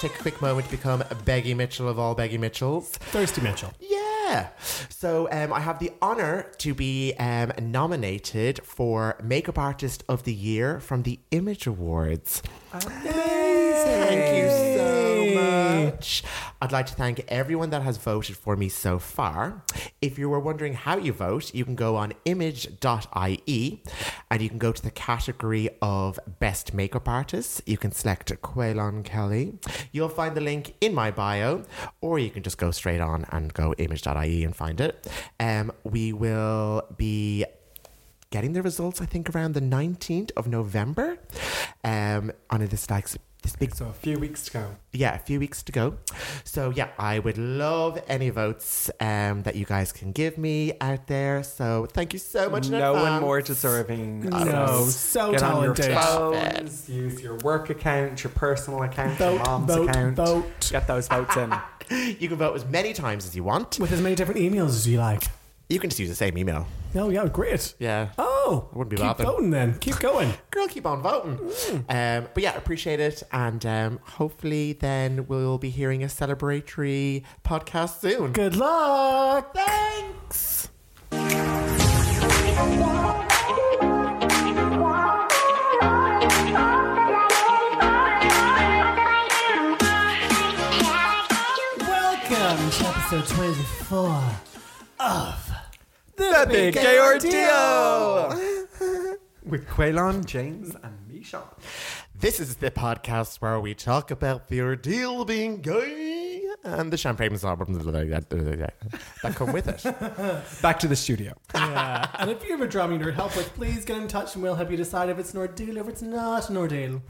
take a quick moment to become a Beggy Mitchell of all Beggy Mitchells. Thirsty Mitchell. Yeah. So um, I have the honor to be um, nominated for Makeup Artist of the Year from the Image Awards. Thank you so much. I'd like to thank everyone that has voted for me so far. If you were wondering how you vote, you can go on image.ie and you can go to the category of Best Makeup Artists. You can select Quaylon Kelly. You'll find the link in my bio, or you can just go straight on and go image.ie and find it. Um, we will be getting the results, I think, around the 19th of November. Um, on this like this big So a few weeks ago. yeah, a few weeks to go. So yeah, I would love any votes um that you guys can give me out there. So thank you so much. in no one advance. more deserving. of No, us. so Get on your talented. phones. Use your work account, your personal account, your Vote, mom's vote, account. vote. Get those votes in. You can vote as many times as you want. With as many different emails as you like. You can just use the same email. Oh, yeah, great. Yeah. Oh, I wouldn't be keep laughing. voting then. Keep going. Girl, keep on voting. Mm. Um, but yeah, appreciate it. And um, hopefully, then we'll be hearing a celebratory podcast soon. Good luck. Thanks. Welcome to episode 24 of The, Big Gay Ordeal! With Quaylon, James, and Misha. This is the podcast where we talk about the ordeal of being gay and the champagne problems that come with it. Back to the studio. Yeah. And if you have a drama you need help with, please get in touch and we'll help you decide if it's an ordeal or if it's not an ordeal.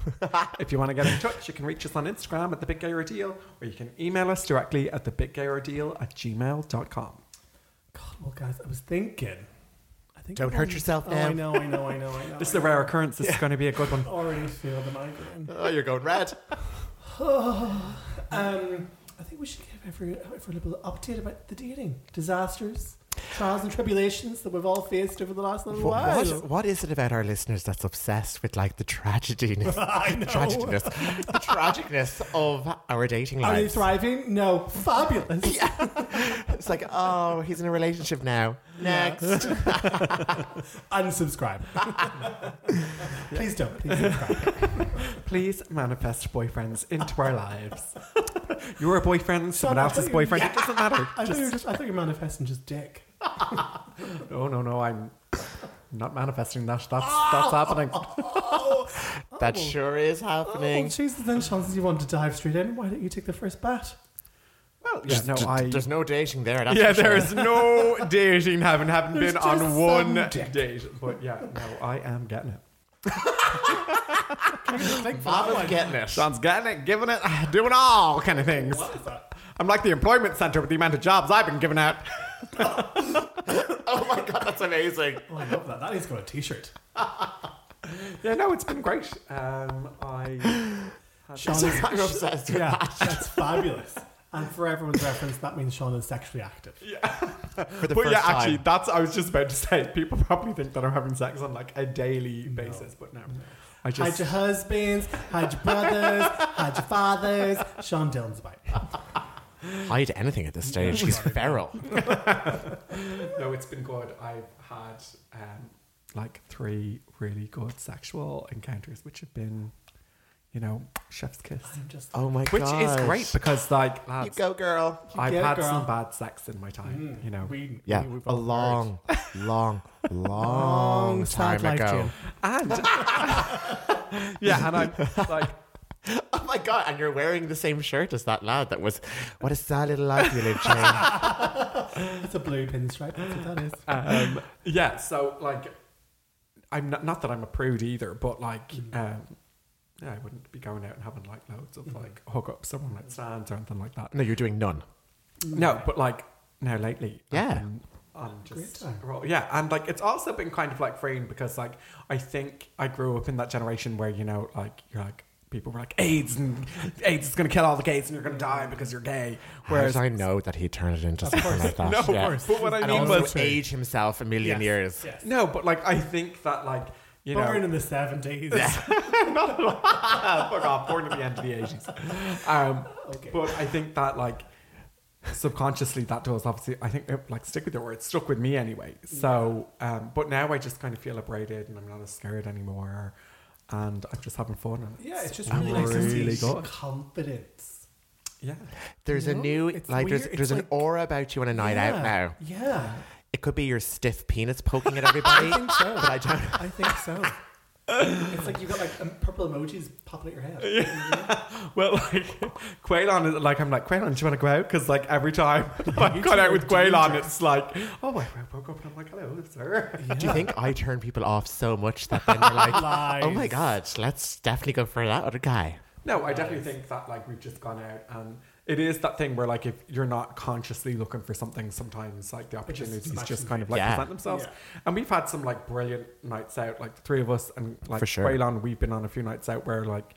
If you want to get in touch, you can reach us on Instagram at The Big Gay Ordeal, or you can email us directly at TheBigGayOrdeal at gmail.com. God, well, guys, I was thinking. I think Don't I'm hurt on- yourself oh, now. I know, I know, I know, I know. This is a rare occurrence. This is going to be a good one. I already feel the migraine. Oh, you're going red. Um, I think we should give every, every little update about the dating disasters, trials, and tribulations that we've all faced over the last little while. What, what is it about our listeners that's obsessed with like the tragediness, I the know. tragicness, the tragicness of our dating Are you lives? thriving? No. Fabulous. It's like, oh, he's in a relationship now. Next, Unsubscribe. please don't. Please subscribe. Please manifest boyfriends into our lives. You're a boyfriend, someone I else's thought you- boyfriend. It doesn't matter. I thought you were just. I thought you were manifesting just dick. Oh, No, no, no. I'm not manifesting that. That's, that's happening. that sure is Oh, happening. Jesus! Then chances you want to dive straight in. Why don't you take the first bat? Well, yeah, no, D- d- I. There's no dating there. That's Yeah, for sure. there is no dating having haven't There's been just on one some dick. date. But yeah, no, I am getting it. Oh Mama's getting it. Sean's getting it, giving it, doing all kind of things. I'm like the employment center with the amount of jobs I've been giving out. Oh my god, that's amazing. Oh, I love that. That needs to go on a T-shirt. Yeah, no, it's been great. Um, I Sean is. I'm obsessed with Yeah, that's fabulous. And for everyone's reference, that means Sean is sexually active. for the but first yeah, actually, time. that's I was just about to say. People probably think that I'm having sex on like a daily basis, but no, I Hide just your husbands, hide your brothers, hide your fathers. Sean Dillon's about. hide anything at this stage. She's feral. no, it's been good. I've had um, like three really good sexual encounters, which have been, you know, chef's kiss, I'm just Oh my which god. is great because like You lads, go, girl. I've get it, had girl. some bad sex in my time, you know, we, Yeah, we- we've a all heard. long, long, long Long, sad time life, ago. Jim. and yeah, and I'm like. Oh my god! And you're wearing the same shirt as that lad. That was what a sad little life you live, Jane. That's a blue pinstripe. That's what that is. um, yeah, so like, I'm not, not that I'm a prude either, but like, um, yeah, I wouldn't be going out and having like loads of like hookups or one night stands or anything like that. no, you're doing none. No, but like now lately, I've Yeah. been on just time. well, yeah, and like it's also been kind of like freeing because like I think I grew up in that generation where you know like you're like. People were like AIDS and AIDS is gonna kill all the gays and you're gonna die because you're gay. Whereas Whereas I know that he turned it into something like that. no, yeah. but what I And mean also was age himself a million Yes, years. yes. No, but like I think that like You Born know, in the 70s. fuck off. Born at the end of the eighties. Um, Okay. But I think that like subconsciously that does obviously. I think it, like stick with the word. It stuck with me anyway. So, um, but now I just kind of feel liberated and I'm not as scared anymore, and I'm just having fun. And Yeah, it's just I'm really nice really to see good. confidence. yeah, There's a No, new it's like there's, weird. It's there's an like- aura about you on a night out Yeah, now. Yeah, It could be your stiff penis poking at everybody. I think so. But I don't. I think so. it's like you've got like um, purple emojis popping at your head. Well, like Quaylon, is- like I'm like Quaylon, do you want to go out? Because like every time I've You gone out two with are Quaylon, dangerous. it's like, oh, I woke up and I'm like, hello, sir. Do you think I turn people off so much that then they're like, Lies. oh my god, let's definitely go for that other guy. No, I definitely think that like we've just gone out and it is that thing where like if you're not consciously looking for something, sometimes like the just opportunities just, smacks you. kind of like Yeah. present themselves. Yeah. And we've had some like brilliant nights out, like the three of us and like For sure. Quaylon, we've been on a few nights out where like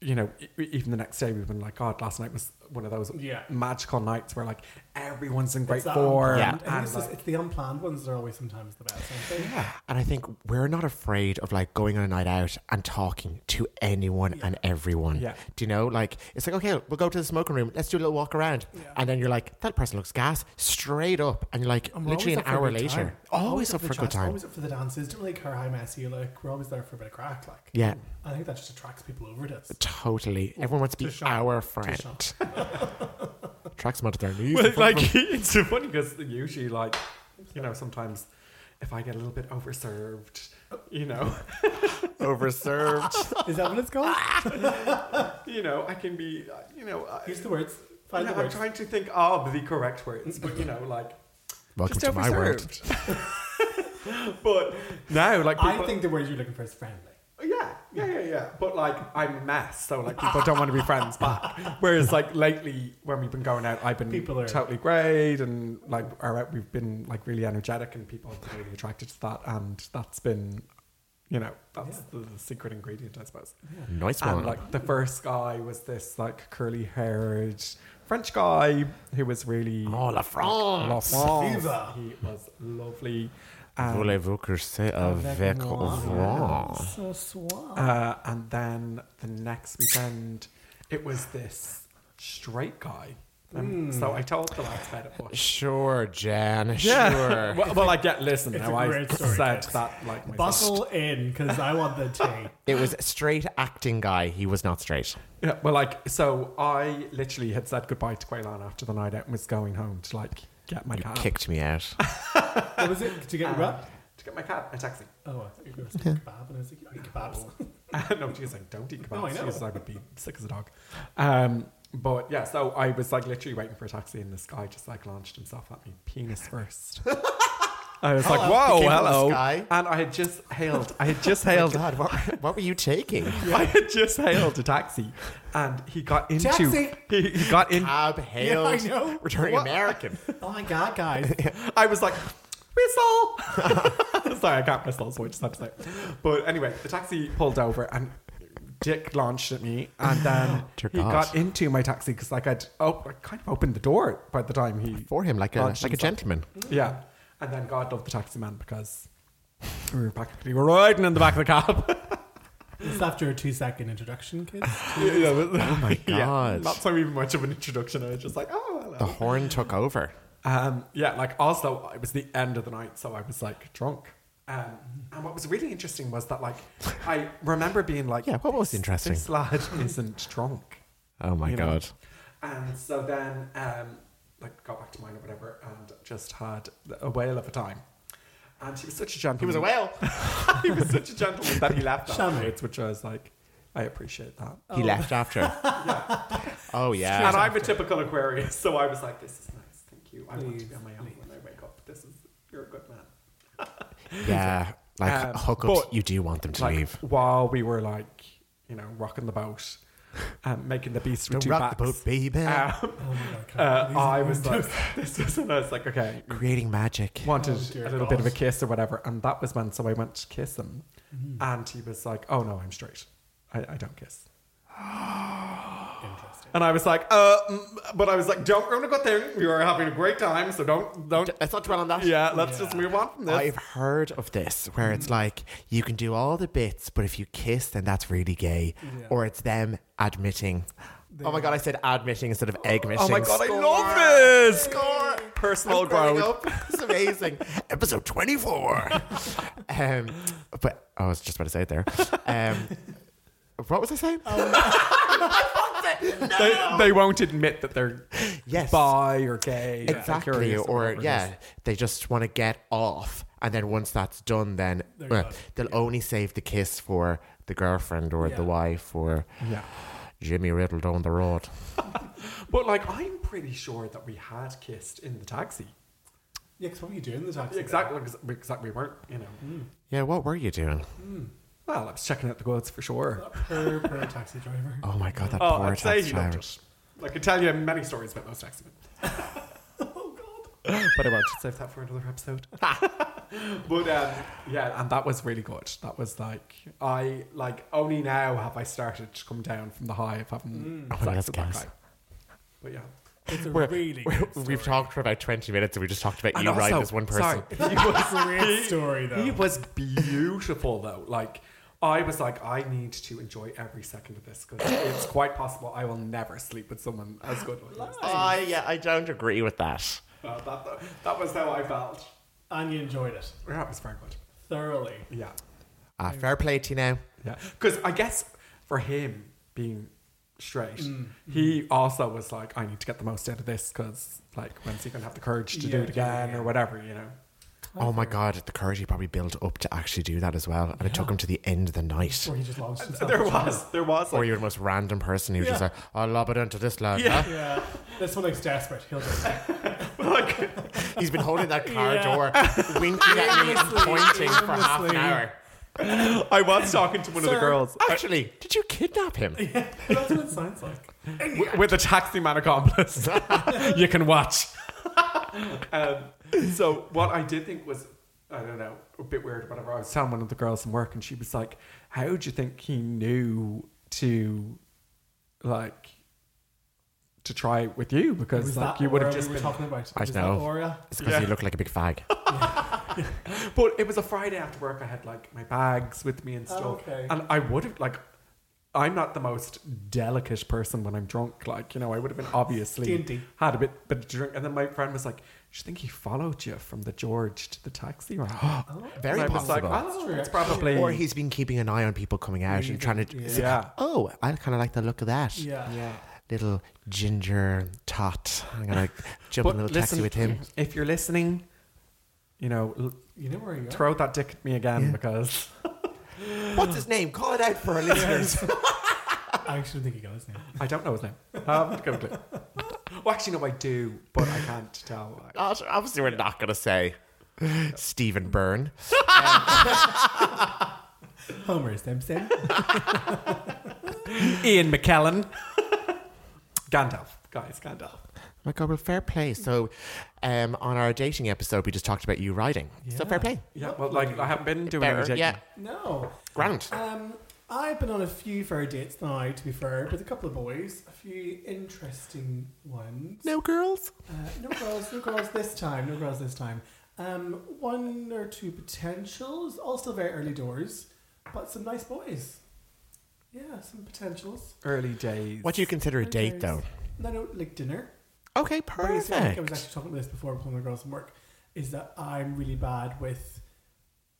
you know, e- e- even the next day we've been like, God, last night was one of those Yeah. magical nights where like everyone's in great It's that form. Yeah. unplanned- I think and, it's, just, like- it's the unplanned ones that are always sometimes the best. aren't they? yeah. And I think we're not afraid of like going on a night out and talking to anyone and everyone. Yeah. Do you know? Like it's like okay, we'll go to the smoking room. Let's do a little walk around. And then you're like, that person looks gas straight up, and you're like, And we're literally an always up for a hour good later, time. always, up the for a good chats, time. Always up for the dances. Don't like her high messy. Like we're always there for a bit of crack. Like Yeah. I think that just attracts people over to us. Totally. Everyone wants to be shop. our friend. Tracks them onto their knees. Well, like it's so funny because usually, like you know, sometimes if I get a little bit overserved, you know, overserved. Is that what it's called? Ah! you know, I can be, uh, you know, I, Here's the words. Find yeah, the I'm words. trying to think of the correct words, but you know, like Welcome just to my world. overserved. but now, like I people- Oh, think the word you're looking for is friendly. Yeah, yeah, yeah, yeah. But like, I'm mess, so like people don't want to be friends back. Whereas like lately, when we've been going out, I've been People are- totally great, and like all right, we've been like really energetic, and people are really attracted to that, and that's been, you know, that's the, the secret ingredient, I suppose. Nice And one. like the first guy was this like curly haired French guy who was really oh, la La France. France. Viva. He was lovely. And Voulez-vous curser avec Ah. Avec moi. moi? So suave. Uh, and then the next weekend, it was this straight guy. Um, So I told the lads about it. But Sure, Jan. Sure. well, well, I get. Listen, It's now a I great story, said guys. that like myself. Bustle in because I want the tea. It was straight acting guy. He was not straight. Yeah, well, like so, I literally had said goodbye to Quaylan after the night out and was going home to like get my Oh, cab. Kicked me out. What was it? Did you get Um, wrapped? to get my cab, a taxi. Oh, I thought you were going to kebab, and I was like, you eat kebabs. Oh. no, she was like, don't eat kebabs. No, I She know. was like, I would be sick as a dog. Um, but yeah, so I was like literally waiting for a taxi, and this guy just like launched himself at me, penis first. I was like, Hello. He whoa, came from the hello. sky. And I had just hailed, I had just Oh hailed, God, what, what were you taking? I had just hailed a taxi, and he got into, Taxi. He, he got in. Ab Hale. I know. Returning What? American. Oh my god, guys! I was like, whistle. Sorry, I can't whistle, so I just had to say. it. But anyway, the taxi pulled over and Dick launched at me, and then Dear he God. got into my taxi because, like, I'd oh, I kind of opened the door by the time he For him, like a, Lunch like a and stuff. gentleman. yeah, and then God loved the taxi man because we were practically riding in the back of the cab. It's after a two-second introduction, kids. oh my God. not so even much of an introduction. I was just like, oh, hello. The horn took over. Um, yeah, like also, it was the end of the night, so I was like drunk. Um, and what was really interesting was that, like, I remember being like, Yeah, what was "This- interesting? This lad isn't drunk. Oh my you know? God. And so then, um, like, got back to mine or whatever, and just had a whale of a time. And he was such a gentleman. He was a whale. he was such a gentleman that he left Shall we? afterwards, which I was like, I appreciate that. He left after. Oh yeah. and I'm a typical Aquarius, so I was like, this is nice, thank you. I want to be Please, on my own when I wake up. This is, you're a good man. Yeah, like Um, hookups, but- you do want them to like, leave. While we were like, you know, rocking the boat, um, making the beast with Don't two rock backs. the boat, baby. Um, Oh my god! uh, These I are was the like, worst. this is, and I was like, okay, Creating magic. wanted Oh, a dear little bit of a God. kiss or whatever, and that Mm-hmm. was when. So I went to kiss him, and he was like, oh no, I'm straight. I, I don't kiss. Interesting. And I was like, uh, mm, but I was like, don't ruin a good thing. We were having a great time, so don't, don't. Let's not dwell on that. Yeah, let's just move on from this. I've heard of this where Mm. it's like you can do all the bits, but if you kiss, then that's really gay. Or it's them admitting. oh my god, I said admitting instead of eggmitting. oh my god, I love this. Personal I'm growing growth. up. It's amazing. Episode 24. um, but I was just about to say it there. Um, what was I saying? Oh, I fucked it. They, they won't admit that they're Yes. bi or gay. or Exactly. curious Or, whatever it yeah, is. they just want to get off. And then once that's done, then They're uh, done. they'll only save the kiss for the girlfriend or the Yeah. wife or Yeah. Jimmy Riddle down the road. But like, I'm pretty sure that we had kissed in the taxi. Yeah, because what were you doing in the taxi? Exactly, exactly. We weren't, you know. Yeah, what were you doing? Well, I was checking out the goods for sure. Per, per taxi driver. Oh my god, that Oh, poor I'd say taxi he loved driver. it. I could tell you many stories about those taxi Oh, God. but I won't. Save that for another episode. but um, yeah, and that was really good. That was like I like only now have I started to come down from the high of having Oh my sex God, that's with that gas. guy. But yeah, It's a We're- really we- good We've story. talked for about 20 minutes and we just talked about And you also- right as one person. Sorry, he was a great story, though. He was beautiful though. Like I was like, I need to enjoy every second of this because it's quite possible I will never sleep with someone as good. Like this. Ah, yeah, I don't agree with that. Uh, that, that was how I felt. And you enjoyed it That was very good. thoroughly. Yeah. Ah, fair play to you now. Yeah, because I guess for him being straight, Mm. he also was like, I need to get the most out of this because, like, when's he gonna have the courage to do Yeah, it again yeah. or whatever, you know? Oh my god, the courage he probably built up to actually do that as well. And it took him to the end of the night. Or he just launched himself. Uh, There was, there was, Or like, you're the most random person who's just Yeah. like, I'll lob it into this lad. Yeah. huh? Yeah. This one looks desperate. He'll do it. like, He's been holding that car Yeah. door, winking at me and pointing for half an Aimlessly. hour. I was talking to one of Sir. the girls Actually, did you kidnap him? That's what it sounds like. w- with a taxi man accomplice. you can watch. um, so what I did think was, I don't know, a bit weird. Whenever I was telling one of the girls in work, and she was like, "How do you think he knew to, like, to try it with you? Because Was like that you would have aura just we were been." talking about? I Was know. That aura? It's because you look like a big fag. But it was a Friday after work. I had like my bags with me and stuff, Okay. and I would have like. I'm not the most delicate person when I'm drunk. Like, you know, I would have been obviously Dainty. had a bit, bit of drink. And then my friend was like, Do you think he followed you from the George to the taxi round? Oh, Very and I was like, possible. Oh, it's probably. or he's been keeping an eye on people coming out and trying to. Yeah. yeah. Oh, I kind of like the look of that. Yeah. Yeah. Little ginger tot. I'm going to jump in a little taxi with him. if you're listening, you know, l- You know where you are. throw that dick at me again because What's his name? Call it out for our listeners. I actually don't think he got his name. I don't know his name. Um, go click. well, actually, no, I do, but I can't tell. Not- Obviously, we're not going to say Stephen Byrne. Homer Simpson. Ian McKellen. Gandalf, guys, Gandalf. Oh my God, well, fair play. So, um, on our dating episode, we just talked about you riding. So, fair play. Yeah, well, like I haven't been doing Fair, any dating. yeah. No. Grand. Um, I've been on a few fair dates now, to be fair, with a couple of boys. A few interesting ones. No girls? Uh, no girls, no girls this time, no girls this time. Um, one or two potentials, all still very early doors, but some nice boys. Yeah, some potentials. Early days. What do you consider a Early date, days. though? No, no, like dinner. Okay, Whereas, yeah, I think I perfect. was actually talking about this before with one of the girls from work. Is that I'm really bad with,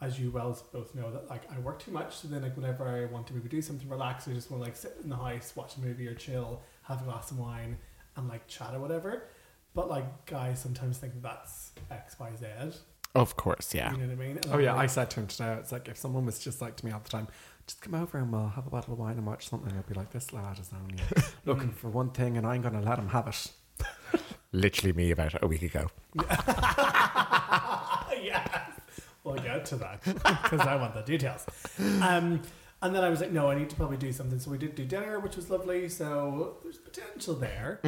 as you well both know, that like I work too much. So then, like whenever I want to maybe do something relaxed, I just want to like sit in the house, watch a movie or chill, have a glass of wine, and like chat or whatever. But like guys sometimes think that's X, Y, Z. Of course, yeah. You know what I mean? And Oh yeah, I like, said to him today. It's like if someone was just like to me all the time, just come over and we'll have a bottle of wine and watch something. I'd be like, this lad is only looking for one thing, and I'm going to let him have it. Literally me about a week ago. yeah. We'll get to that because I want the details. Um, and then I was like, no, I need to probably do something. So we did do dinner, which was lovely. So there's potential there.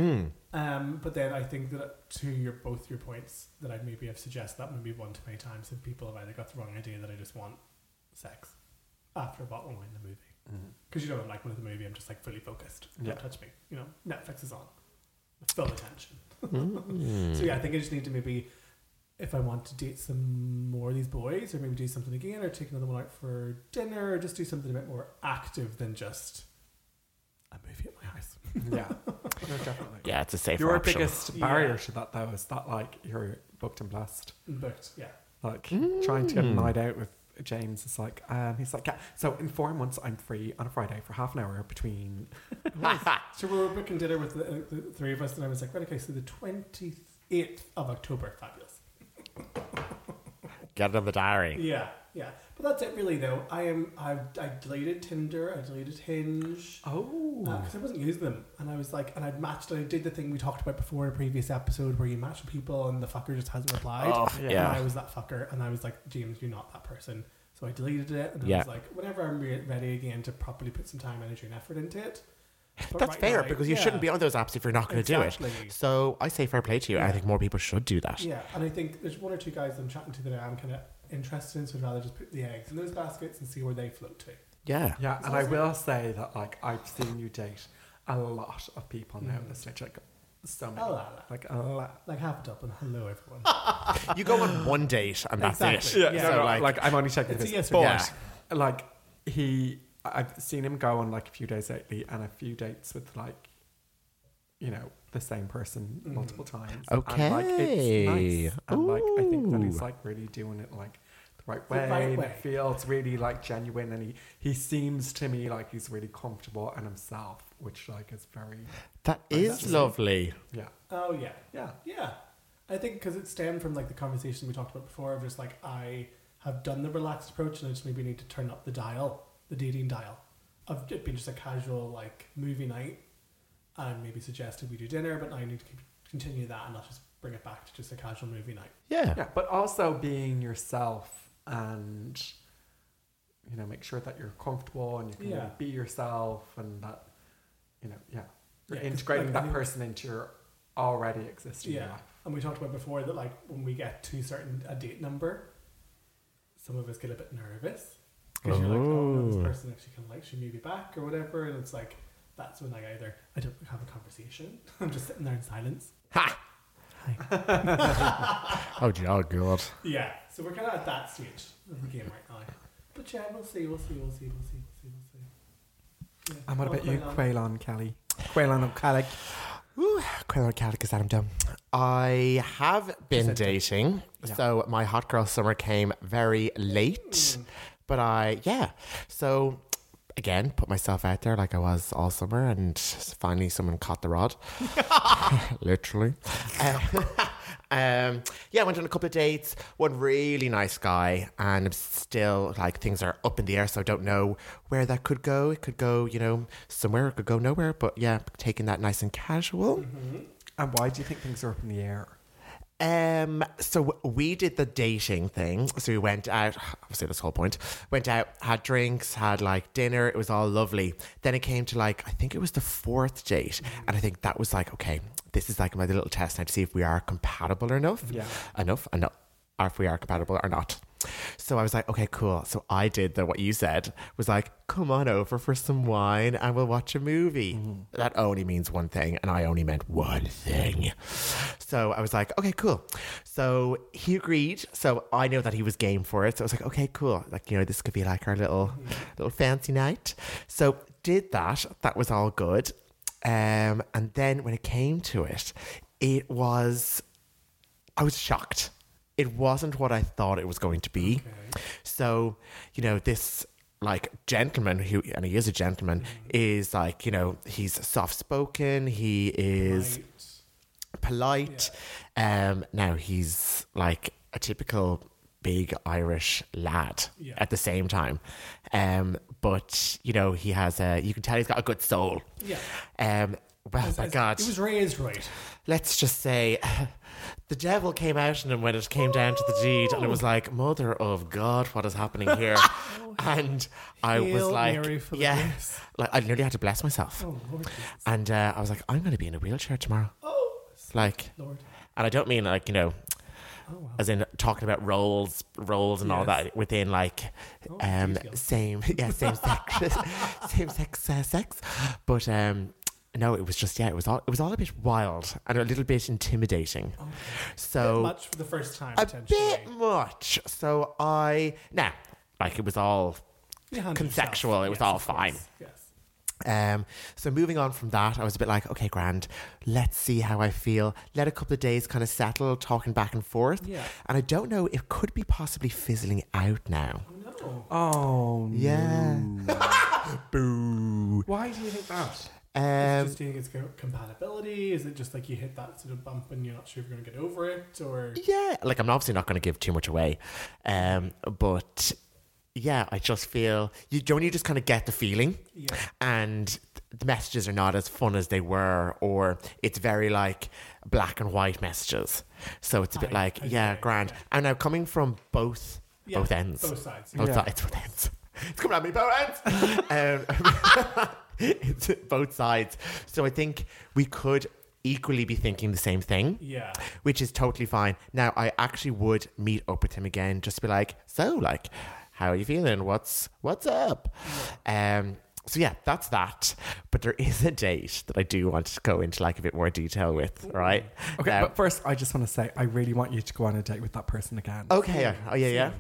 Um, but then I think that to your both your points that I maybe have suggested that maybe one too many times, and people have either got the wrong idea that I just want sex after a bottle of wine in the movie. Because you know, I'm like with the movie, I'm just like fully focused. Don't Yeah. touch me. You know, Netflix is on. Full attention. Mm. so yeah, I think I just need to maybe, if I want to date some more of these boys, or maybe do something again, or take another one out for dinner, or just do something a bit more active than just a movie at my house. yeah, no, definitely. Yeah, it's a safe Your option. biggest Yeah. barrier to that though is that like you're booked and blessed. But yeah, Like trying to get a night out with James is like um, he's like yeah. So in four months I'm free on a Friday for half an hour between so we were booking dinner with the, uh, the three of us, and I was like, right, okay, so the twenty eighth of October, fabulous. Get it on the diary. Yeah, yeah. But that's it, really. Though I am, I've, I deleted Tinder, I deleted Hinge. oh because I wasn't using them. And I was like, and I'd matched, I did the thing we talked about before in a previous episode where you match with people and the fucker just hasn't replied. Oh, Yeah. yeah. And I was that fucker. And I was like, James, you're not that person. So I deleted it. And Yeah. I was like, whenever I'm re- ready again to properly put some time, energy, and effort into it. But That's right fair now, because you yeah, shouldn't be on those apps if you're not going to do Exactly. it. So I say fair play to you. I think more people should do that. Yeah. And I think there's one or two guys I'm chatting to that I'm kind of interested in. So I'd rather just put the eggs in those baskets and see where they float to. Yeah. yeah. And I will say that like I've seen you date a lot of people now at this stage. Like so many, Mm. A lot. like a lot. Like half a double. Hello, everyone. You go on one date and that's Exactly. it. Yeah. So no, no, like, like, I'm only checking It's a this. yes or but yes. like he, I've seen him go on like a few days lately, and a few dates with like, you know, the same person Mm. multiple times. and, like, Okay. it's nice. And like I think that Ooh. he's like really doing it like the right The way. right and way. It feels really like genuine, and he he seems to me like he's really comfortable and himself, which like is very that is lovely. yeah Oh, yeah. yeah. Yeah, I think because it stemmed from like the conversation we talked about before of just like I have done the relaxed approach and I just maybe need to turn up the dial, the dating dial, of it being just a casual like movie night, and maybe suggested we do dinner, but now I need to keep, continue that and not just bring it back to just a casual movie night. Yeah. Yeah, but also being yourself and you know, make sure that you're comfortable and you can Yeah. really be yourself and that you know, yeah. You're Yeah, 'cause, integrating like, I that think- person into your already existing Yeah, life. and we talked about before that like when we get to certain a date number, some of us get a bit nervous because you're like, oh, no, Oh. this person actually kind of likes you, maybe back or whatever, and it's like that's when like either I don't have a conversation, I'm just sitting there in silence. Ha! oh, gee, oh, God. Yeah, so we're kind of at that stage of the game right now. But yeah, we'll see, we'll see, we'll see, we'll see, we'll see, we'll see. Yeah. And what I'll about play you, along. Quaylon Kelly? Quaylon O'Kelly. Ooh, Quail and Catechus Adam Dumb. I have been dating. Yeah. So my hot girl summer came very late. But I, yeah. So again, put myself out there like I was all summer and finally someone caught the rod. Literally. Um, um, yeah, I went on a couple of dates. One really nice guy, and I'm still like things are up in the air, so I don't know where that could go. It could go, you know, somewhere. It could go nowhere. But yeah, taking that nice and casual. And why do you think things are up in the air? Um, so we did the dating thing. So we went out. Obviously, this whole point went out, had drinks, had like dinner. It was all lovely. Then it came to like I think it was the fourth date, and I think that was like okay, this is like my little test now to see if we are compatible enough. Yeah. Enough. Enough. Or if we are compatible or not. So I was like, okay, cool. So I did the what you said was like, come on over for some wine and we'll watch a movie. That only means one thing, and I only meant one thing. So I was like, okay, cool. So he agreed. So I know that he was game for it. So I was like, okay, cool. Like, you know, this could be like our little little fancy night. So did that. That was all good. Um, and then when it came to it, it was I was shocked. It wasn't what I thought it was going to be. So, you know, this like gentleman who and he is a gentleman Mm-hmm. is like, you know, he's soft spoken, he is Right. polite. Um, now he's like a typical big Irish lad Yeah. at the same time. Um, but you know, he has a you can tell he's got a good soul. Yeah. Um well, As- my as- God It was raised right. let's just say the devil came out in him when it came down to the deed and it was like mother of god what is happening here and i was Hail like Mary full of yeah grace. like i nearly had to bless myself Oh, Lord. and uh, i was like i'm going to be in a wheelchair tomorrow Oh, like Lord. and i don't mean like you know Oh, as in talking about roles, roles, and all Yes. that within like Oh, um, detail. same, yeah, same sex, same sex, uh, sex. But um, no, it was just yeah, it was all it was all a bit wild and a little bit intimidating. Oh, Bit So much eh? for the first time, a potentially. bit much. So I now like it was all You handle yourself. conceptual, it was all of course. fine. Yes. Um, so moving on from that, I was a bit like, okay, grand. Let's see how I feel. Let a couple of days kind of settle, talking back and forth. Yeah. And I don't know. It could be possibly fizzling out now. Oh, no. Oh, Yeah. no. Boo. Why do you think that? Is it Um, just do you think it's co- compatibility? Is it just like you hit that sort of bump and you're not sure if you're going to get over it? Or yeah. Like I'm obviously not going to give too much away, um, but yeah, I just feel you don't. You just kind of get the feeling. yeah, and the messages are not as fun as they were, or it's very like black and white messages. So it's a bit Aye, like, okay, yeah, grand. yeah. And now coming from both yeah both ends, both, both sides. Yeah. sides, both ends. It's coming at me, both ends. um, it's both sides. So I think we could equally be thinking the same thing Yeah, which is totally fine. Now, I actually would meet up with him again, just be like, so, like, how are you feeling? What's what's up? Um, so yeah, that's that. But there is a date that I do want to go into like a bit more detail with, right? Mm-hmm. Okay, Now- but first, I just want to say I really want you to go on a date with that person again. okay. Oh yeah, yeah.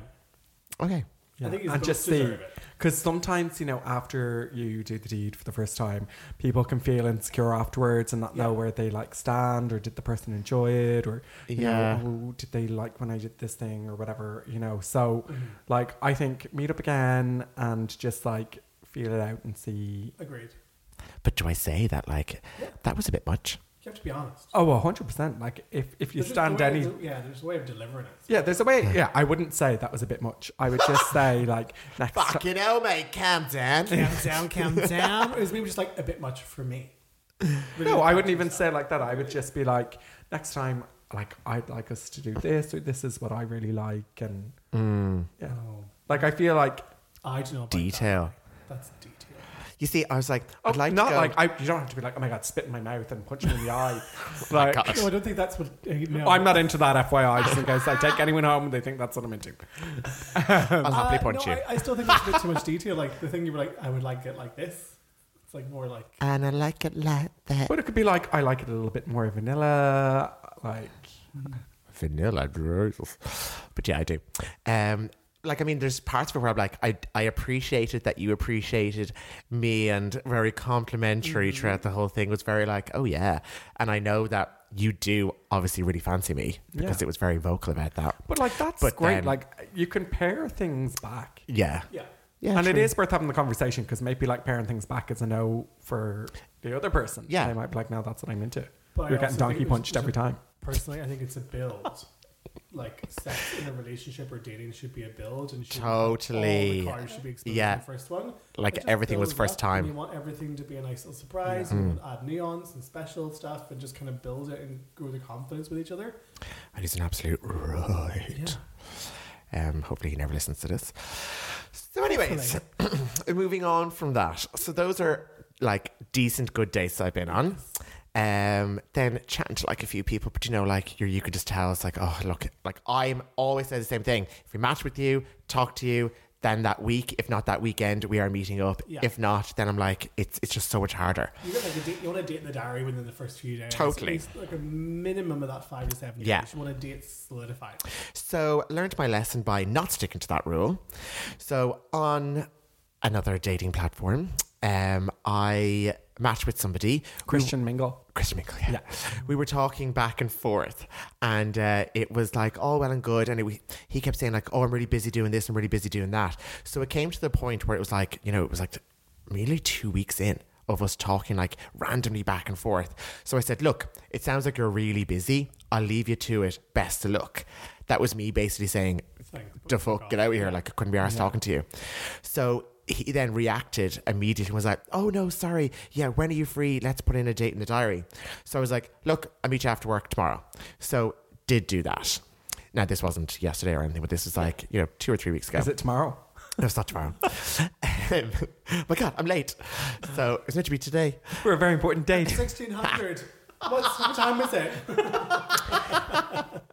Okay. Yeah, I think he's and both just see, deserve it. because sometimes you know after you do the deed for the first time, people can feel insecure afterwards and not know Yeah. where they like stand or did the person enjoy it or you Yeah. know oh, did they like when I did this thing or whatever you know. So Mm-hmm. like I think meet up again and just like feel it out and see. agreed. But do I say that like Yeah. that was a bit much? You have to be honest. Oh, hundred percent. Like if if you There's just a stand way any of- yeah, there's a way of delivering it. yeah, there's a way. Yeah, I wouldn't say that was a bit much. I would just say like next. ti- Fucking hell, mate, calm down. Calm down, calm down. It was maybe just like a bit much for me. Really No, I wouldn't much. even say it like that. I would just be like, next time, like I'd like us to do this or this is what I really like, and yeah, Oh, like I feel like I do not. like that. Detail. That's detail. You see, I was like, I'd oh, like not to go- like I. You don't have to be like, oh my god, spit in my mouth and punch me in the eye. Oh my like, God. No, I don't think that's what. uh, no. I'm not into that, FYI. Just in case I take anyone home, and they think that's what I'm into. I'll happily Uh, punch no, you. I, I still think it's a bit too much detail. Like the thing you were like, I would like it like this. It's like more like and I like it like that. But it could be like, I like it a little bit more vanilla, like. vanilla Jesus. But yeah, I do. Um, like I mean, there's parts of it where I'm like, I I appreciated that you appreciated me and very complimentary Mm-hmm. throughout the whole thing. It was very like, oh yeah, and I know that you do obviously really fancy me because Yeah. it was very vocal about that. But like that's But great. then- like you compare things back. Yeah, yeah. yeah, and it true. is worth having the conversation because maybe like pairing things back is a no for the other person. Yeah. They might be like, no, that's what I'm into. But I You're also getting think donkey it was- punched it was every a- time. Personally, I think it's a build. like sex in a relationship or dating should be a build, and should Totally. all the cards should be exposed Yeah. in the first one. Like It just everything was builds first up, time. Mm-hmm. And you want everything to be a nice little surprise. Yeah. You want to add neons and special stuff, and just kind of build it and grow the confidence with each other. And it's an absolute right. Um, hopefully he never listens to this. So, anyways, moving on from that. So those are like decent good dates I've been on. Um, then chatting to like a few people, but you know, like you you could just tell it's like, oh look, like I'm always say the same thing. If we match with you, talk to you, then that week, if not that weekend, we are meeting up. Yeah. If not, then I'm like, it's it's just so much harder. You got like a date. You want to date in the diary within the first few days. Totally. At least, like a minimum of that five to seven. Yeah. Days. You want to date solidified. So learned my lesson by not sticking to that rule. So on another dating platform, um, I matched with somebody. Christian Mingle. Christian Mingle, yeah. Yeah. We were talking back and forth, and uh, it was like all well and good. And it, he kept saying like, "Oh, I'm really busy doing this. I'm really busy doing that." So it came to the point where it was like, you know, it was like nearly two weeks in of us talking like randomly back and forth. So I said, "Look, it sounds like you're really busy. I'll leave you to it. Best of luck." That was me basically saying, It's like, the fuck, get out of here. Like, I couldn't be arsed talking to you. So he then reacted immediately and was like, oh, no, sorry. Yeah, when are you free? Let's put in a date in the diary. So I was like, look, I'll meet you after work tomorrow. So did do that. Now, this wasn't yesterday or anything, but this was like, you know, two or three weeks ago. Is it tomorrow? No, it's not tomorrow. um, my God, I'm late. So it's meant to be today. For a very important date. Sixteen hundred. What's what time is it?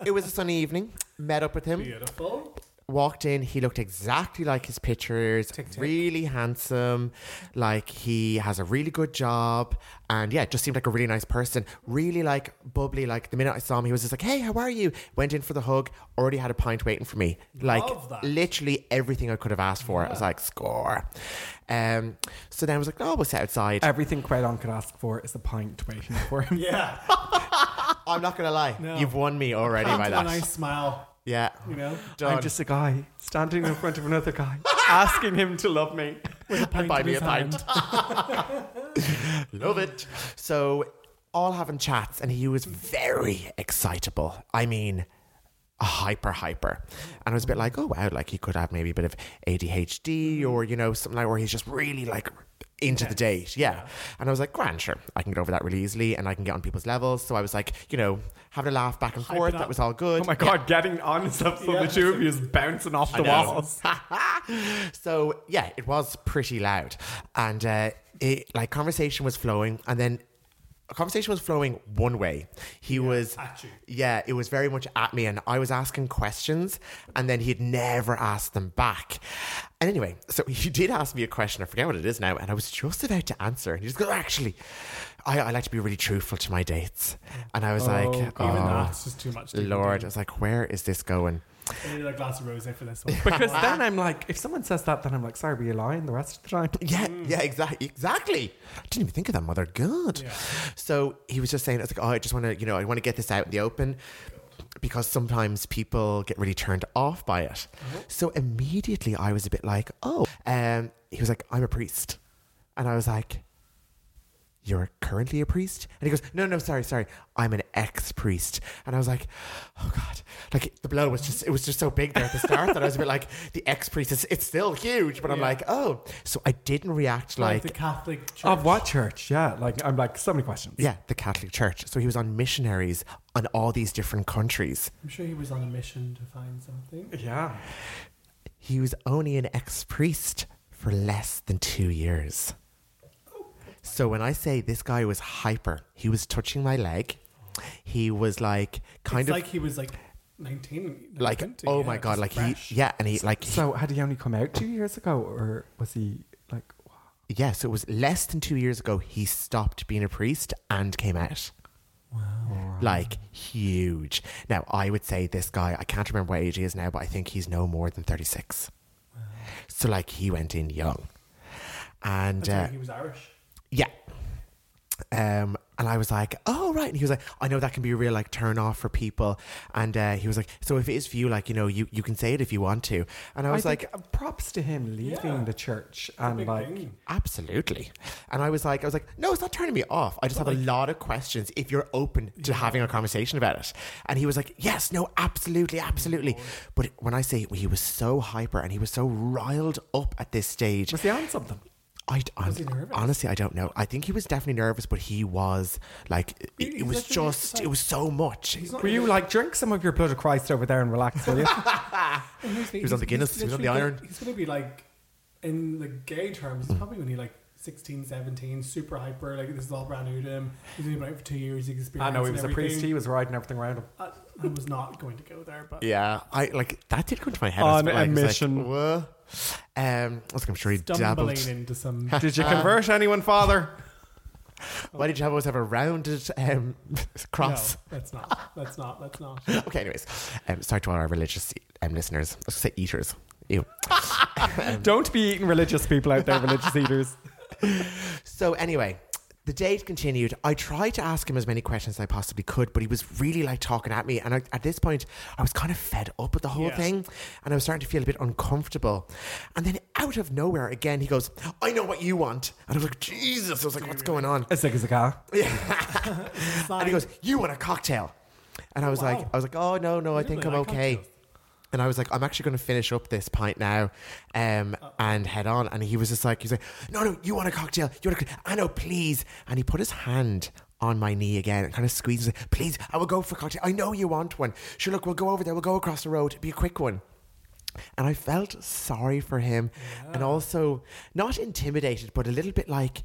it was a sunny evening. Met up with him. Beautiful. Walked in. He looked exactly like his pictures. tick. Really handsome. Like he has a really good job. And yeah, just seemed like a really nice person. Really like bubbly. Like the minute I saw him, he was just like, "Hey, how are you?" Went in for the hug. Already had a pint waiting for me. Like Love that. literally everything I could have asked for. I was like, "Score." Um. So then I was like, "Oh, we'll sit Uh, outside." Everything Quaidon could ask for is a pint waiting for him. Yeah. I'm not gonna lie. No. You've won me already by Can't do a that. nice smile, Yeah. you know. Done. I'm just a guy standing in front of another guy asking him to love me. With a pint buy in me his a hand. pint. Love it. So, all having chats, and he was very excitable. I mean, hyper, hyper. And I was a bit like, oh, wow, like he could have maybe a bit of ADHD or, you know, something like where he's just really like into the date. Yeah. And I was like, grand, sure. I can get over that really easily and I can get on people's levels. So I was like, you know, having a laugh back and Hype forth. it That up. was all good. Oh my god, getting on and stuff so Yeah. the two of you is bouncing off the know. walls. so yeah, it was pretty loud, and uh, it like conversation was flowing, and then conversation was flowing one way. He was at you. Yeah, it was very much at me, and I was asking questions, and then he'd never ask them back. And anyway, so he did ask me a question. I forget what it is now, and I was just about to answer, and he just goes, "Actually, I, I like to be really truthful to my dates," and I was like, God. "Oh, Even that's just too much. to Lord," I do. was like, "Where is this going?" I need a glass of rosé for this one. Because then I'm like, if someone says that, then I'm like, sorry, were you lying the rest of the time? Yeah, yeah, exactly, exactly. I didn't even think of that. Mother, good. Yeah. So he was just saying, "I was like, oh, I just want to, you know, I want to get this out in the open." Because sometimes people get really turned off by it. So immediately I was a bit like, oh. Um, he was like, I'm a priest. And I was like, You're currently a priest? And he goes, No, no, sorry, sorry. I'm an ex priest. And I was like, Oh God. Like the blow was just, it was just so big there at the start that I was a bit like, The ex priest is, it's still huge. But I'm Yeah. like, Oh. So I didn't react like like, the Catholic Church. Of what church? Yeah, like I'm like so many questions. yeah, the Catholic Church. So he was on missionaries on all these different countries. I'm sure he was on a mission to find something. Yeah. He was only an ex priest for less than two years. So when I say this guy was hyper, he was touching my leg. He was like, kind it's of like he was like 19. like, 20, oh yeah, my god, just like fresh. he, yeah, and he like, he- So had he only come out two years ago, or was he like? yeah. So it was less than two years ago he stopped being a priest and came out. Wow. Like huge. Now I would say this guy. I can't remember what age he is now, but I think he's no more than thirty six. So like he went in young, and That's why uh, he was Irish. Yeah. Um, and I was like, oh, right. And he was like, I know that can be a real like turn off for people. And uh, he was like, so if it is for you, like, you know, you, you can say it if you want to. And I was like, think, uh, props to him leaving Yeah. the church It's a and big like, thing. absolutely. And I was like, I was like, no, it's not turning me off. I just have a lot of questions if you're open to having a conversation about it. And he was like, yes, no, absolutely, Oh, absolutely. But when I say he was so hyper and he was so riled up at this stage, was he on something? I, I Was he nervous? honestly I don't know. I think he was definitely nervous, but he was like it, He- it he's was definitely just psych- it was so much. He's not Were you like drink some of your blood of Christ over there and relax? Will you? He was on the Guinness, he was on the iron. Mm-hmm. He's going to be like, in the gay terms, he's probably when he like 16, 17, super hyper. Like this is all brand new to him. He's been out for two years. He's I experienced. know he and was a everything. priest. He was riding everything around him. I, I was not going to go there, but Yeah, I like that did come to my head. I was On bit a like, I was like, mission. "Whoa." um, I was like, I'm sure he stumbling dabbled. into some. Did you convert anyone, Father? Why did you always have a rounded um, cross? No, that's not. That's not. That's not. Okay, anyways, um, sorry to all our religious um, listeners. I was gonna say eaters. Ew. Don't be eating religious people out there, religious eaters. So anyway, the date continued. I tried to ask him as many questions as I possibly could, but he was really like talking at me. And I, at this point, I was kind of fed up with the whole Yeah. thing, and I was starting to feel a bit uncomfortable. And then out of nowhere, again, he goes, "I know what you want," and I was like, "Jesus!" I was like, "What's going on?" As sick as a car. And he goes, "You want a cocktail?" And I was like, Wow. "I was like, oh no, no, I You think really I'm like okay." cocktails. And I was like, I'm actually going to finish up this pint now um, and head on. And he was just like, he's like, no, no, you want a cocktail? You want a cocktail? I know, please. And he put his hand on my knee again and kind of squeezed, he's like, please, I will go for a cocktail. I know you want one. Sure, look, we'll go over there. We'll go across the road. It'll be a quick one. And I felt sorry for him and also not intimidated, but a little bit like,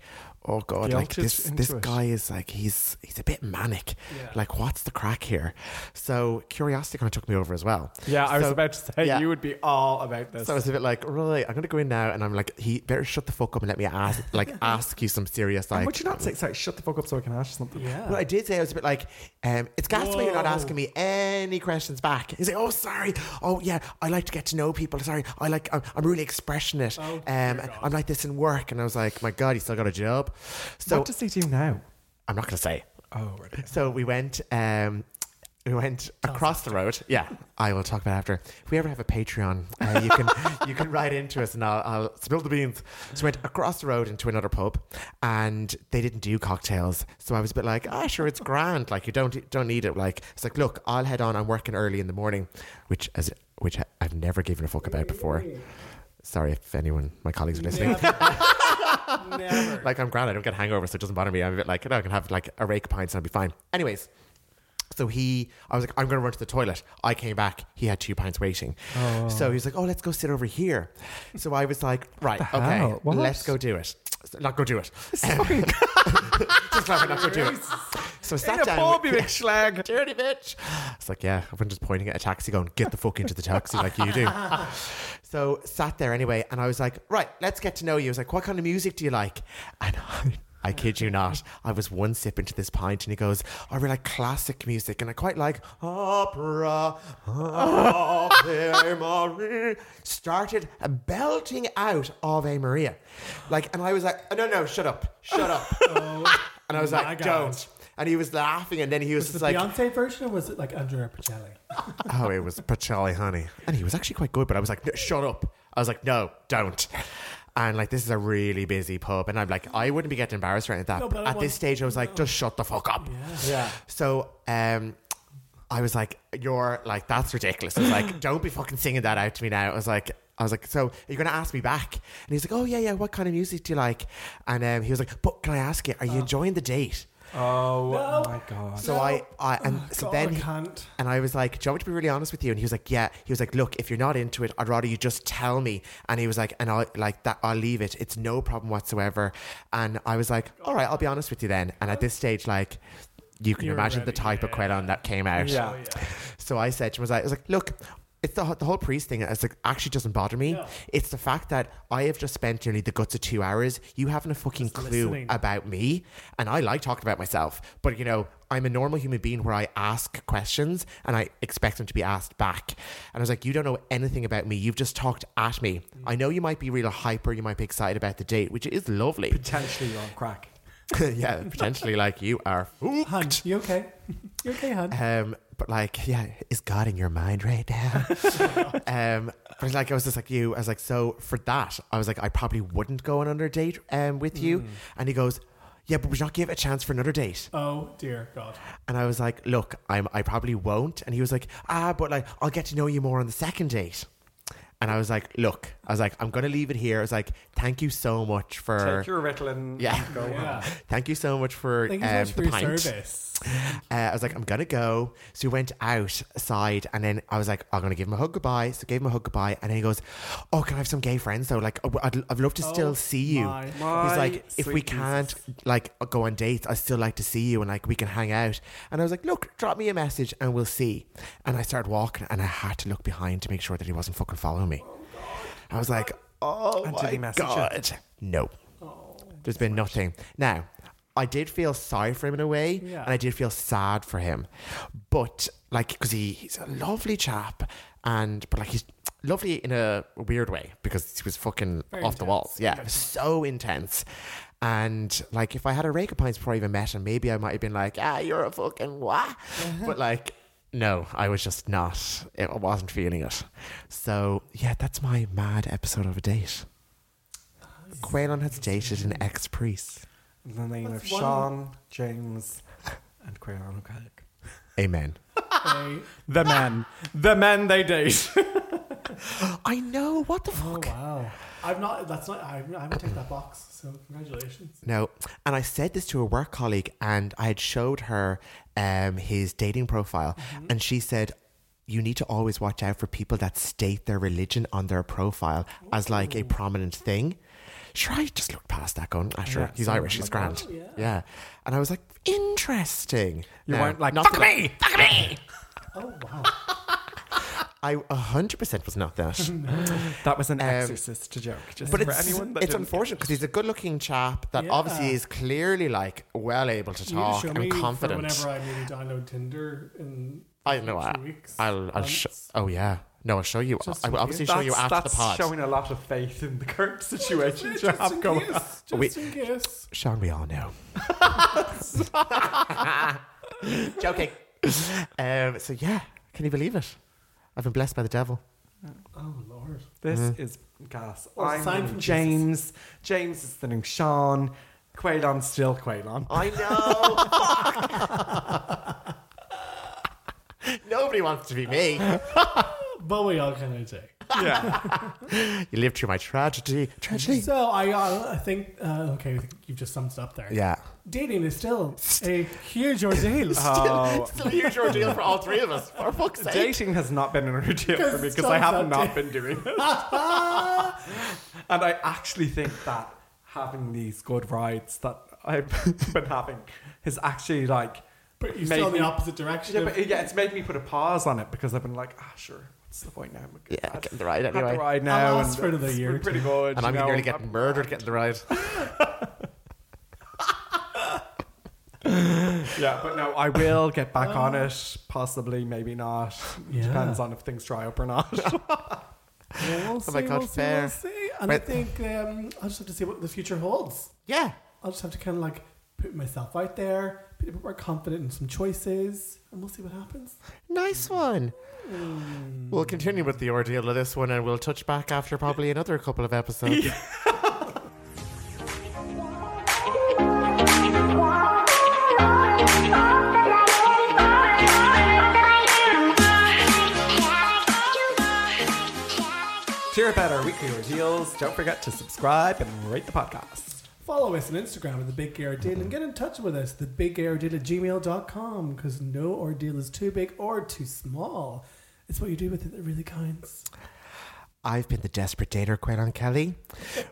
oh god, Guilt like is this into this it. guy is like he's he's a bit manic. Yeah. Like what's the crack here? So curiosity kind of took me over as well. Yeah, I was So- about to say yeah. you would be all about this. So I was a bit like, right, I'm gonna go in now, and I'm like, he better shut the fuck up and let me ask, like, ask you some serious, like. And would you not say, sorry, shut the fuck up so I can ask you something? Yeah. Well, I did say I was a bit like, um, it's gas to me you're not Whoa. asking me any questions back. He's like, oh, sorry. Oh, yeah, I like to get to know people. Sorry, I like, I'm, I'm really expressionate. Oh, um, dear and God. I'm like this in work, and I was like, my God, you still got a job. So what does he do now? I'm not gonna say. Oh, right. So we went. Um, we went across the road. Yeah, I will talk about it after. If we ever have a Patreon, uh, you can you can write into us and I'll, I'll spill the beans. So we went across the road into another pub, and they didn't do cocktails. So I was a bit like, ah, sure, it's grand. Like you don't don't need it. Like it's like, look, I'll head on. I'm working early in the morning, which as which I've never given a fuck about before. Sorry if anyone, my colleagues are listening Never. Never. like I'm grand. I don't get hangovers, so it doesn't bother me. I'm a bit like, no, I can have like a rake of pints and I'll be fine. Anyways, so he, I was like, I'm going to run to the toilet. I came back. He had two pints waiting. So he was like, oh, let's go sit over here. So I was like, right, the okay, hell? What? let's go do it. So- Not go do it. Sorry. Just glad we're not go do it. So I In a sat down. pub, with- you big slag. dirty bitch. It's like, yeah, everyone just pointing at a taxi going, get the fuck into the taxi like you do. so sat there anyway, and I was like, right, let's get to know you. I was like, what kind of music do you like? And I, I kid you not, I was one sip into this pint, and he goes, I really like classic music, and I quite like opera. Ave Maria. Started belting out Ave Maria. Like, and I was like, no, no, shut up, shut up. and I was Oh my like, God. don't. And he was laughing, and then he was, Was it just the like, Beyonce version or was it like Andrea Pacelli? oh, it was Pacelli Honey. And he was actually quite good, but I was like, "No, shut up. I was like, no, don't. And like, this is a really busy pub. And I'm like, I wouldn't be getting embarrassed or anything like that. No, but but I at want- this stage, I was like, just shut the fuck up. Yeah. So, um, I was like, you're like, that's ridiculous. I was like, don't be fucking singing that out to me now. I was like, I was like, so you're going to ask me back? And he's like, oh, yeah, yeah, what kind of music do you like? And um, he was like, but can I ask you, are you enjoying the date? Oh No. Oh, my god. So I, I, and so God, then I can't. and I was like, Do you want me to be really honest with you? And he was like, Yeah. He was like, Look, if you're not into it, I'd rather you just tell me. And he was like, And I'll like that I'll leave it. It's no problem whatsoever. And I was like, All right, I'll be honest with you then. And at this stage, like you can You're imagine the ready, type of yeah. Quelon that came out. Yeah. Oh, yeah. So I said to him, I was like, I was like, look, it's the, the whole priest thing. It's like actually doesn't bother me. No. It's the fact that I have just spent nearly the guts of two hours. You haven't a fucking Just clue listening. about me, and I like talking about myself. But you know, I'm a normal human being where I ask questions and I expect them to be asked back. And I was like, you don't know anything about me. You've just talked at me. I know you might be real hyper. You might be excited about the date, which is lovely. Potentially you're on crack. yeah, potentially like you are. Hun, you okay? You okay, hun? Um, but like, yeah, is God in your mind right now? um, but like, I was just like you. I was like, so for that, I was like, I probably wouldn't go on another date um, with you. And he goes, yeah, but would you not give it a chance for another date? Oh dear God. And I was like, look, I'm, I probably won't. And he was like, ah, but like, I'll get to know you more on the second date. And I was like, look, I was like, I'm gonna leave it here. I was like, thank you so much for, Take your Ritalin. Yeah. and Go home. Yeah. thank you so much for, Thank you so Oh, um, much for the your pint. service. Uh, I was like, I'm gonna go. So we went outside, and then I was like, I'm gonna give him a hug goodbye. So gave him a hug goodbye, and then he goes, "Oh, can I have some gay friends though? Like, oh, I'd, I'd love to still Oh, see you." my He's My like, "If we sweet Jesus. can't like go on dates, I still like to see you, and like we can hang out." And I was like, "Look, drop me a message, and we'll see." And I started walking, and I had to look behind to make sure that he wasn't fucking following me. I was like, "Oh And did my he message you? god, no." Oh, There's been nothing. Now, I did feel sorry for him in a way, Yeah. and I did feel sad for him, but like because he, he's a lovely chap, and but like he's lovely in a weird way because he was fucking Very off the intense. walls. Yeah, it was so intense. And like, if I had a rake of pints before I even met him, maybe I might have been like, "Ah, you're a fucking wah," but like. No, I was just not. I wasn't feeling it. So, yeah, that's my mad episode of a date. Quaylon has dated an ex priest. In the name That's of one- Sean, James, and Quayle Craig. Amen. Hey. The men. the men they date. I know. What the Oh fuck? wow. I've not. That's not. I haven't, I haven't ticked that box. So congratulations. No. And I said this to a work colleague, and I had showed her um, his dating profile, Mm-hmm. and she said, "You need to always watch out for people that state their religion on their profile as like a prominent thing." sure, I just looked past that going, ah, sure, Yeah, he's something Irish, he's like grand. that. Oh, yeah. yeah. And I was like, interesting. You Now, weren't like, not fuck that I- me, fuck me. Oh wow. I 100% was not that. That was an exorcist joke. Just Um, But for it's, anyone that it's didn't unfortunate because he's a good looking chap that Yeah. obviously is clearly like well able to You need to talk show and me for confident. Whenever I maybe download Tinder in I know. a I, few weeks, I'll, I'll sh- months. oh, yeah. No, I'll show you. Just I will in obviously case. show you That's- after the pod. that's showing a lot of faith in the current situation Just you in have going on. case, We- Just in case. Sean, we all know. Joking. Um, so yeah, can you believe it? I've been blessed by the devil. Oh lord. This Mm-hmm. is gas. Or I'm sign the new from James. James is the new Sean. Quaylon's still Quaylon. I know. Nobody wants to be me. But we all kind of do. Yeah. You lived through my tragedy. Tragedy. So I, uh, I think uh, okay, I think you've just summed it up there. Yeah. dating is still a huge ordeal. Uh-huh. Oh, Still a huge ordeal for all three of us. For fuck's sake. dating has not been an ordeal for me because I Because have Tom's not not been doing it. and I actually think that having these good rides that I've been having is actually like. but you're still in made the me- opposite direction. Yeah, of- but yeah, it's made me put a pause on it because I've been like, ah, sure, what's the point now? I'm Yeah, get the ride Had the anyway. ride now. I'll ask and for another it's year been or Pretty good. And you I'm know, nearly I'm- getting murdered getting the ride. Yeah, but no, I will get back on it. Possibly, maybe not. Uh, Yeah. Depends on if things dry up or not. Yeah, we'll Oh my see, God, we'll see, fair. we'll see. And I But- think um, I'll just have to see what the future holds. Yeah. I'll just have to kind of like put myself out there, be a bit more confident in some choices, and we'll see what happens. Nice one. Hmm. We'll continue with the ordeal of this one and we'll touch back after probably another couple of episodes. Hear about our weekly reveals. Don't forget to subscribe and rate the podcast. Follow us on Instagram at The Big Gay Ordeal and get in touch with us, thebiggayordeal at gmail.com, because no ordeal is too big or too small. It's what you do with it that really counts. I've been the desperate dater Quaylon Kelly,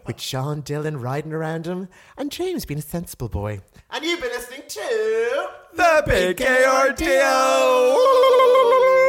with Sean Dillon riding around him, and James being a sensible boy. And you've been listening to The Big Gay Ordeal.